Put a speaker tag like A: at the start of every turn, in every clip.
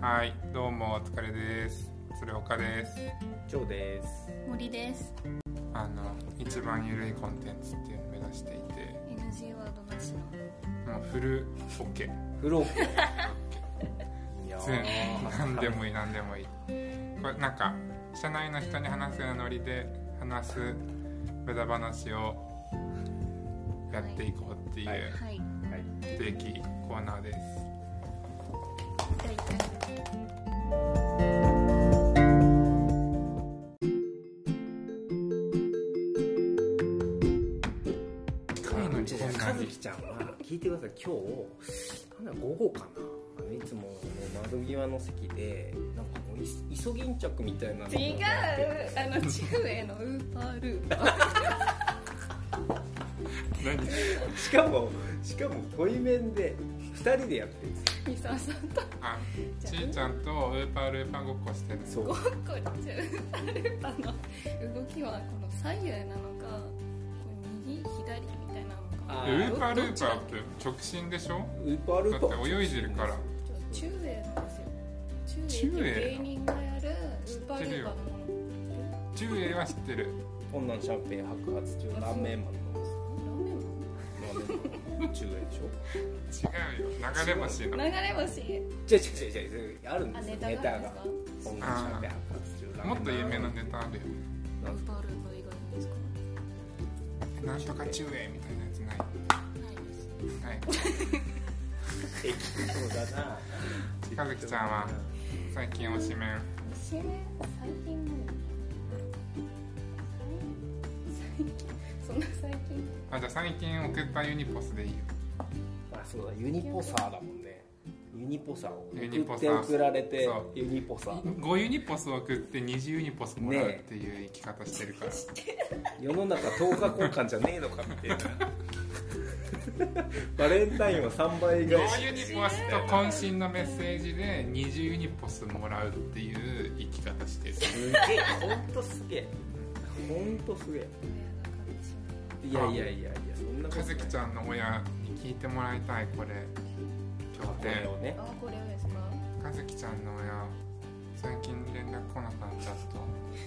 A: はい、どうもお疲れです。鶴岡です。
B: ジョーです。
C: 森です
A: あの一番ゆるいコンテンツっていうのを目指していて、
C: NG ワードなしの
A: もうフルオッケ
B: フロッいや
A: ー、
B: ー
A: 全何でもいい何でもいい。これなんか社内の人に話すようなノリで話す無駄話をやっていこうってい
B: は
A: う
C: はい
B: はい。
A: 不定期コーナーです。
C: 第1回
A: 回の
B: じ
A: リ
B: ゃ
A: コーナ
B: 和
A: ーに
B: 樹ちゃんは聞いてください。今日なんだ午後かな。あのいつもの窓際の席でなんかもういイソギンチャクみたいなのが
C: 違うあの中英のウーパールーパー
A: 何？
B: しかもしかも対面で二人でやってるんで
C: 三沢さんと
A: あ、ちーちゃんとウーパールーパーごっこしてる。
B: すよ。そう。
C: こっちゃウーパールーパーの動きはこの左右なのかこう右左みたいなのか
B: あ
A: ウーパール
C: どっ
A: ー
C: ち
A: パ
C: だ
A: ー
C: っ
A: っ
C: け
A: て直進でしょ？
B: ウーパールーパ
A: だって泳いでるから
C: 中英のですよ中英っていう芸人がやるウーパールーパーのもの
A: ジュエは知ってる。
B: 本南シャンペン白髪中ラーメンマンの
C: ラーメンマン
B: ラーメンマン中円でしょ。
A: 違うよ流れ星の
C: 流れ星
B: じゃじゃじゃじゃあるん
C: あ
B: です
C: ネ
B: よネ
C: タがあ
B: タ
C: るんで
B: が
C: すか。
B: 本南シャンペン白髪中ラーメンマン
A: もっと有名なネタあるよね
C: ウーパールーパー以外にですか
A: なんとか中英みたいなやつない
C: ないです
A: はい
B: 適当だな。
A: 和樹ちゃんは最近推しメン
C: 推しメン最近も最近そんな最近
A: あじゃあ最近送ったユニポスでいいよ
B: まあそうだユニポサーだもんねユニポサーを
A: ユニポ
B: 送っ
A: サ
B: て
A: ー
B: 送られて
A: そう
B: ユニポサー
A: 5ユニポス送って20ユニポスもらうっていう生き方してるから、
B: 世の中10日交換じゃねえのかみたいな バレンタインは3倍
A: 5
B: 返し
A: ユニポスと渾身のメッセージで20ユニポスもらうっていう生き方してる
B: すげえホントすげえホントすげえいやいやいやいやそんなこと
A: 和
B: ない
A: 樹ちゃんの親に聞いてもらいたいこれ今日
B: これをね
C: あこれをですか
A: 和樹ちゃんの親最近連絡来なかったと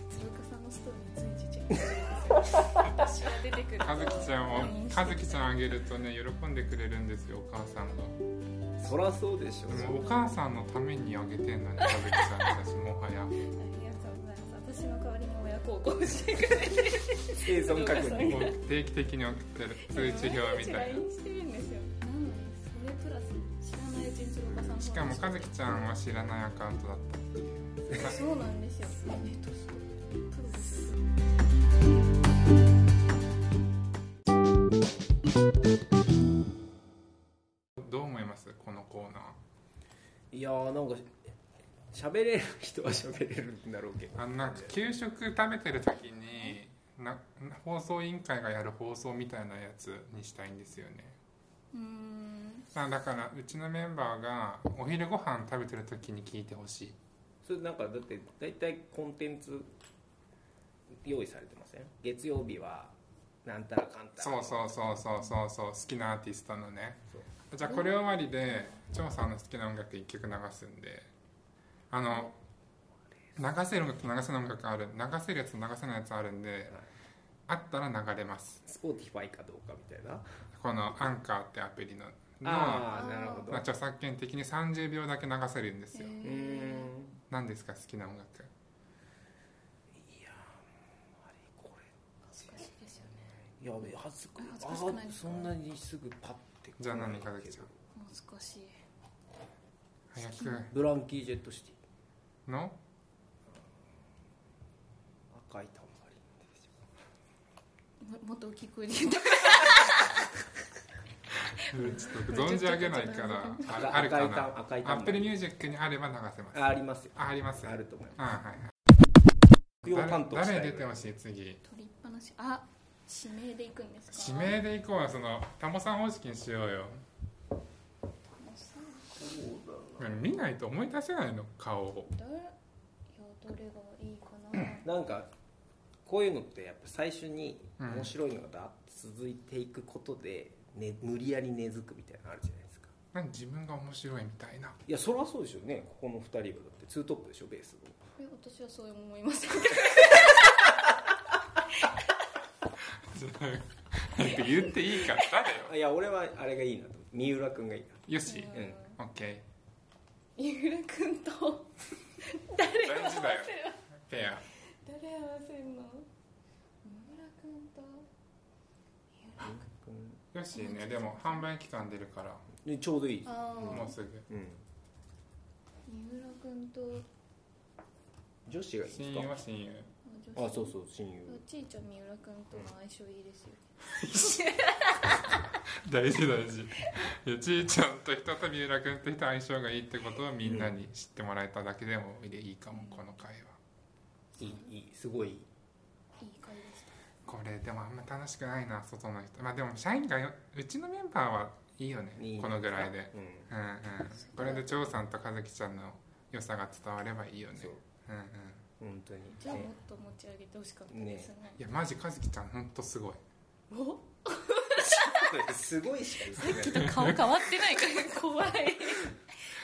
C: 鶴岡さんのストーリーについてチェックしてるんですよ私は出てくる
A: かずきちゃんをかずきちゃん
C: ん
A: あげるとね喜んでくれるんですよお母さんが
B: そらそうでしょ
A: でもお母さんのためにあげてんのにかずきちゃんの写真もは や
C: ありがとうございます私の代わりに親孝行してくれてる
B: 生存確認
A: もう定期的に送ってる通知表みたい
C: LINE してるんですよなのにそれプラス知らないうちに鶴岡さん
A: な
C: も
A: しかもかずきちゃんは知らないアカウントだっ
C: そうなんですよネットストプロですよ
A: たどう思いますこのコーナ
B: いやーなんか喋れる人は喋れるんだろうけど
A: ーあのなんか給食食べてる時にな放送委員会がやる放送みたいなやつにしたいんですよね
C: うーん
A: あだからうちのメンバーがお昼ご飯食べてる時に聞いてほしい
B: それなんかだって大体コンテンツ用意されてません月曜日はなんたらかんたら
A: そうそうそうそうそうそう好きなアーティストのねじゃあこれ終わりで張さんの好きな音楽一曲流すんであの流せる音楽と流せない音楽ある流せるやつと流せないやつあるんであったら流れます
B: スポーティファイかどうかみたいな
A: このアンカーってアプリのの
B: ああなるほど
A: まあ著作権的に30秒だけ流せるんですよ
C: へ
B: うー
C: ー
B: ん
A: 何ですか好きな音楽
B: あれこ
C: 恥ずかしいですよね
B: れやべえ恥ずか
C: 恥ずかしくない
B: あー
C: ですか
B: そんなにすぐパッて
A: じゃあ何かけちゃう
C: 難しい
A: 早く
B: ブランキー・ジェット・シティ
A: の
B: 赤いタンバリンでしょ
C: ももっと大きく言って
A: うんちょっと存じ上げないからあるあるかな
B: 赤いタン赤いタ
A: ア
B: ンバリン
A: ップルミュージックにあれば流せます
B: あありますよ
A: ああります
B: あると思います
A: あはいはい
B: 副業担当したい
A: 誰出てほしい次
C: 取りっぱなしあ指名で行くんです
A: 指
C: か
A: 名でいこうそのタモさん方式にしようよ見ないと思い出せないの顔を
C: 誰いやどれがいいかな
B: なんかこういうのってやっぱ最初に
A: うん
B: 面白いのがだーって続いていくことで、ね、無理やり根付くみたいなのあるじゃないですか
A: 何自分が面白いみたいない
B: やそりゃそうでしょうねここの2人はだってツートップでしょベースの
C: これ私はそう思いませんけど
A: 言っていいから誰よ
B: あいや俺はあれがいいなと思って三浦君がいいな
A: よし
B: うん
A: OK
C: 三浦君と誰を合わせ
A: 大事だよ
C: る
A: ペア
C: 誰を合わせるの三浦君と三浦君
A: よしねでも販売期間出るから
B: でちょうどいい
C: ああ
A: もうすぐ
B: うん
C: 三浦君と
B: 女子がいい
A: 親
B: んで
A: 友
B: す
A: は親友
C: あ女
B: かあ
C: 子
B: そうそう親友
C: ちいちゃん三浦君との相性いいですよ
A: 大事大事いやちいちゃんと人と三浦君と人相性がいいってことをみんなに知ってもらえただけでもいいかもこの会話
B: いいいいすごいいい
C: いい回でした
A: これでもあんま楽しくないな外の人まあでも社員がようちのメンバーはいいよね
B: いい
A: このぐらいで
B: うん
A: うんうんこれで張さんと和樹ちゃんの良さが伝わればいいよね
B: そう
A: うんうん
B: 本当に
C: じゃあもっ
B: ね
C: と持ち上げてほしかったですね
A: いやマジ和樹ちゃんほんとすごい
C: お
B: すごいしか
C: さ
B: 言
C: っ
B: って
C: き
B: ない
C: と顔変わってないから怖い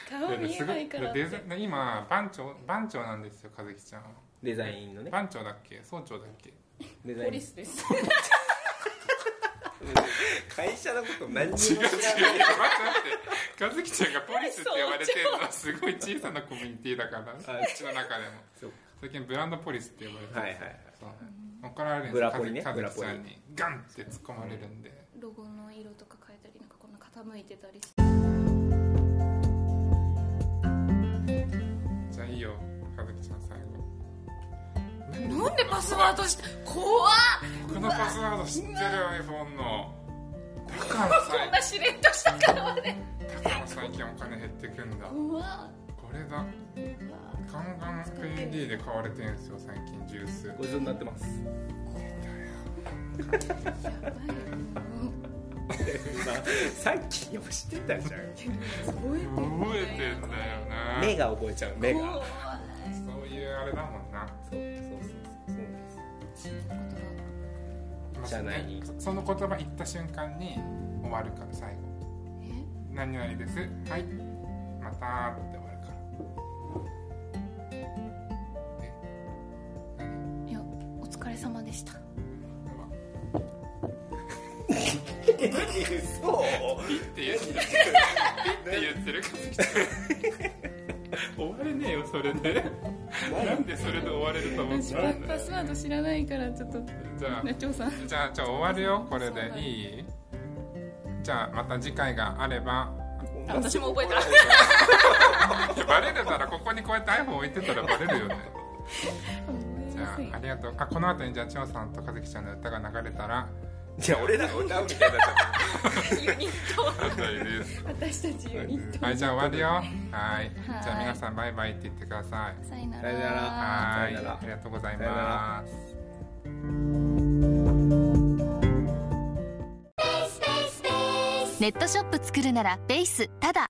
C: 顔見えないからっ
A: いや
C: て
A: すごいいやデザ今番長番長なんですよ和樹ちゃんは
B: デザインのね
A: 番長だっけ総長だっけ
B: デザイ
C: ポ
B: ン
C: リスです
B: 会社のこと何にも知ら
A: 違う違う待
B: ない
A: って待って和樹ちゃんがポリスって呼ばれてるのはすごい小さなコミュニティだから
B: あ
A: うちの中でも
B: そう
A: 最近ブランドポリスって呼ばれてる
B: はいはいはい
A: そう怒られるん
B: ブラポリ
A: で
B: ね
A: すよ、和樹和樹ちゃん
B: ブ
A: にガンって突っ込まれるんで、
C: ロゴの色とか変えたりなんかこんな傾いてたりして
A: じゃあいいよ和樹ちゃん最後
C: なんでパスワードして怖っ
A: 僕のパスワード知ってる iPhone のだから
C: こんな
A: さ
C: しれっとした顔で
A: だから最近お金減ってくんだ
C: 怖っうわ
A: これだガンガン PND で買われてるんですよ最近ジュース
B: ごちそうになってます
C: やばいも
B: さっきよ知ってたじゃん
C: う
A: 覚
C: 覚
A: え
C: え
A: て
C: てん
A: んだ
C: だよ
A: よ
B: 目
A: な
B: が覚えちゃう目
C: 怖
B: が
C: い
A: そういうあれだもんな
B: そうそうそうそうそうなんですじゃあ何
A: その言葉言った瞬間に終わるから最後
C: え
A: 「何々ですはいまた」って終わるからえ何
C: いやお疲れ様でした
A: うわ
B: そう
A: ピッて言ってるピッて言ってるかずきちゃん終われねえよそれでなんでそれで終われると思っ
C: 私
A: た
C: パ
A: んだ
C: パ
A: よ
C: スワード知らないからちょっと
A: じゃあ
C: ナチョウさん
A: じゃあじゃあ終わるよこれでいいじゃあまた次回があれば
C: 私も覚えた
A: バレるならここにこうやって iPhone 置いてたらバレるよね
C: ごめん
A: じ
C: な
A: ゃ
C: さい
A: あありがとうあこの後にじゃあ千代さんと和樹ちゃんの歌が流れた ら
B: じゃあ俺ら俺らみたいになっちゃっ
C: ユニット
A: です
C: 私たちユニット
A: はいじゃあ終わるよはいじゃあ皆さんバイバイって言ってください
C: さよな
B: さよなら
A: は
B: さよ
A: い
B: なら
A: ありがとうござい
B: さよな
A: ます
D: ネットショップ作るならベースただ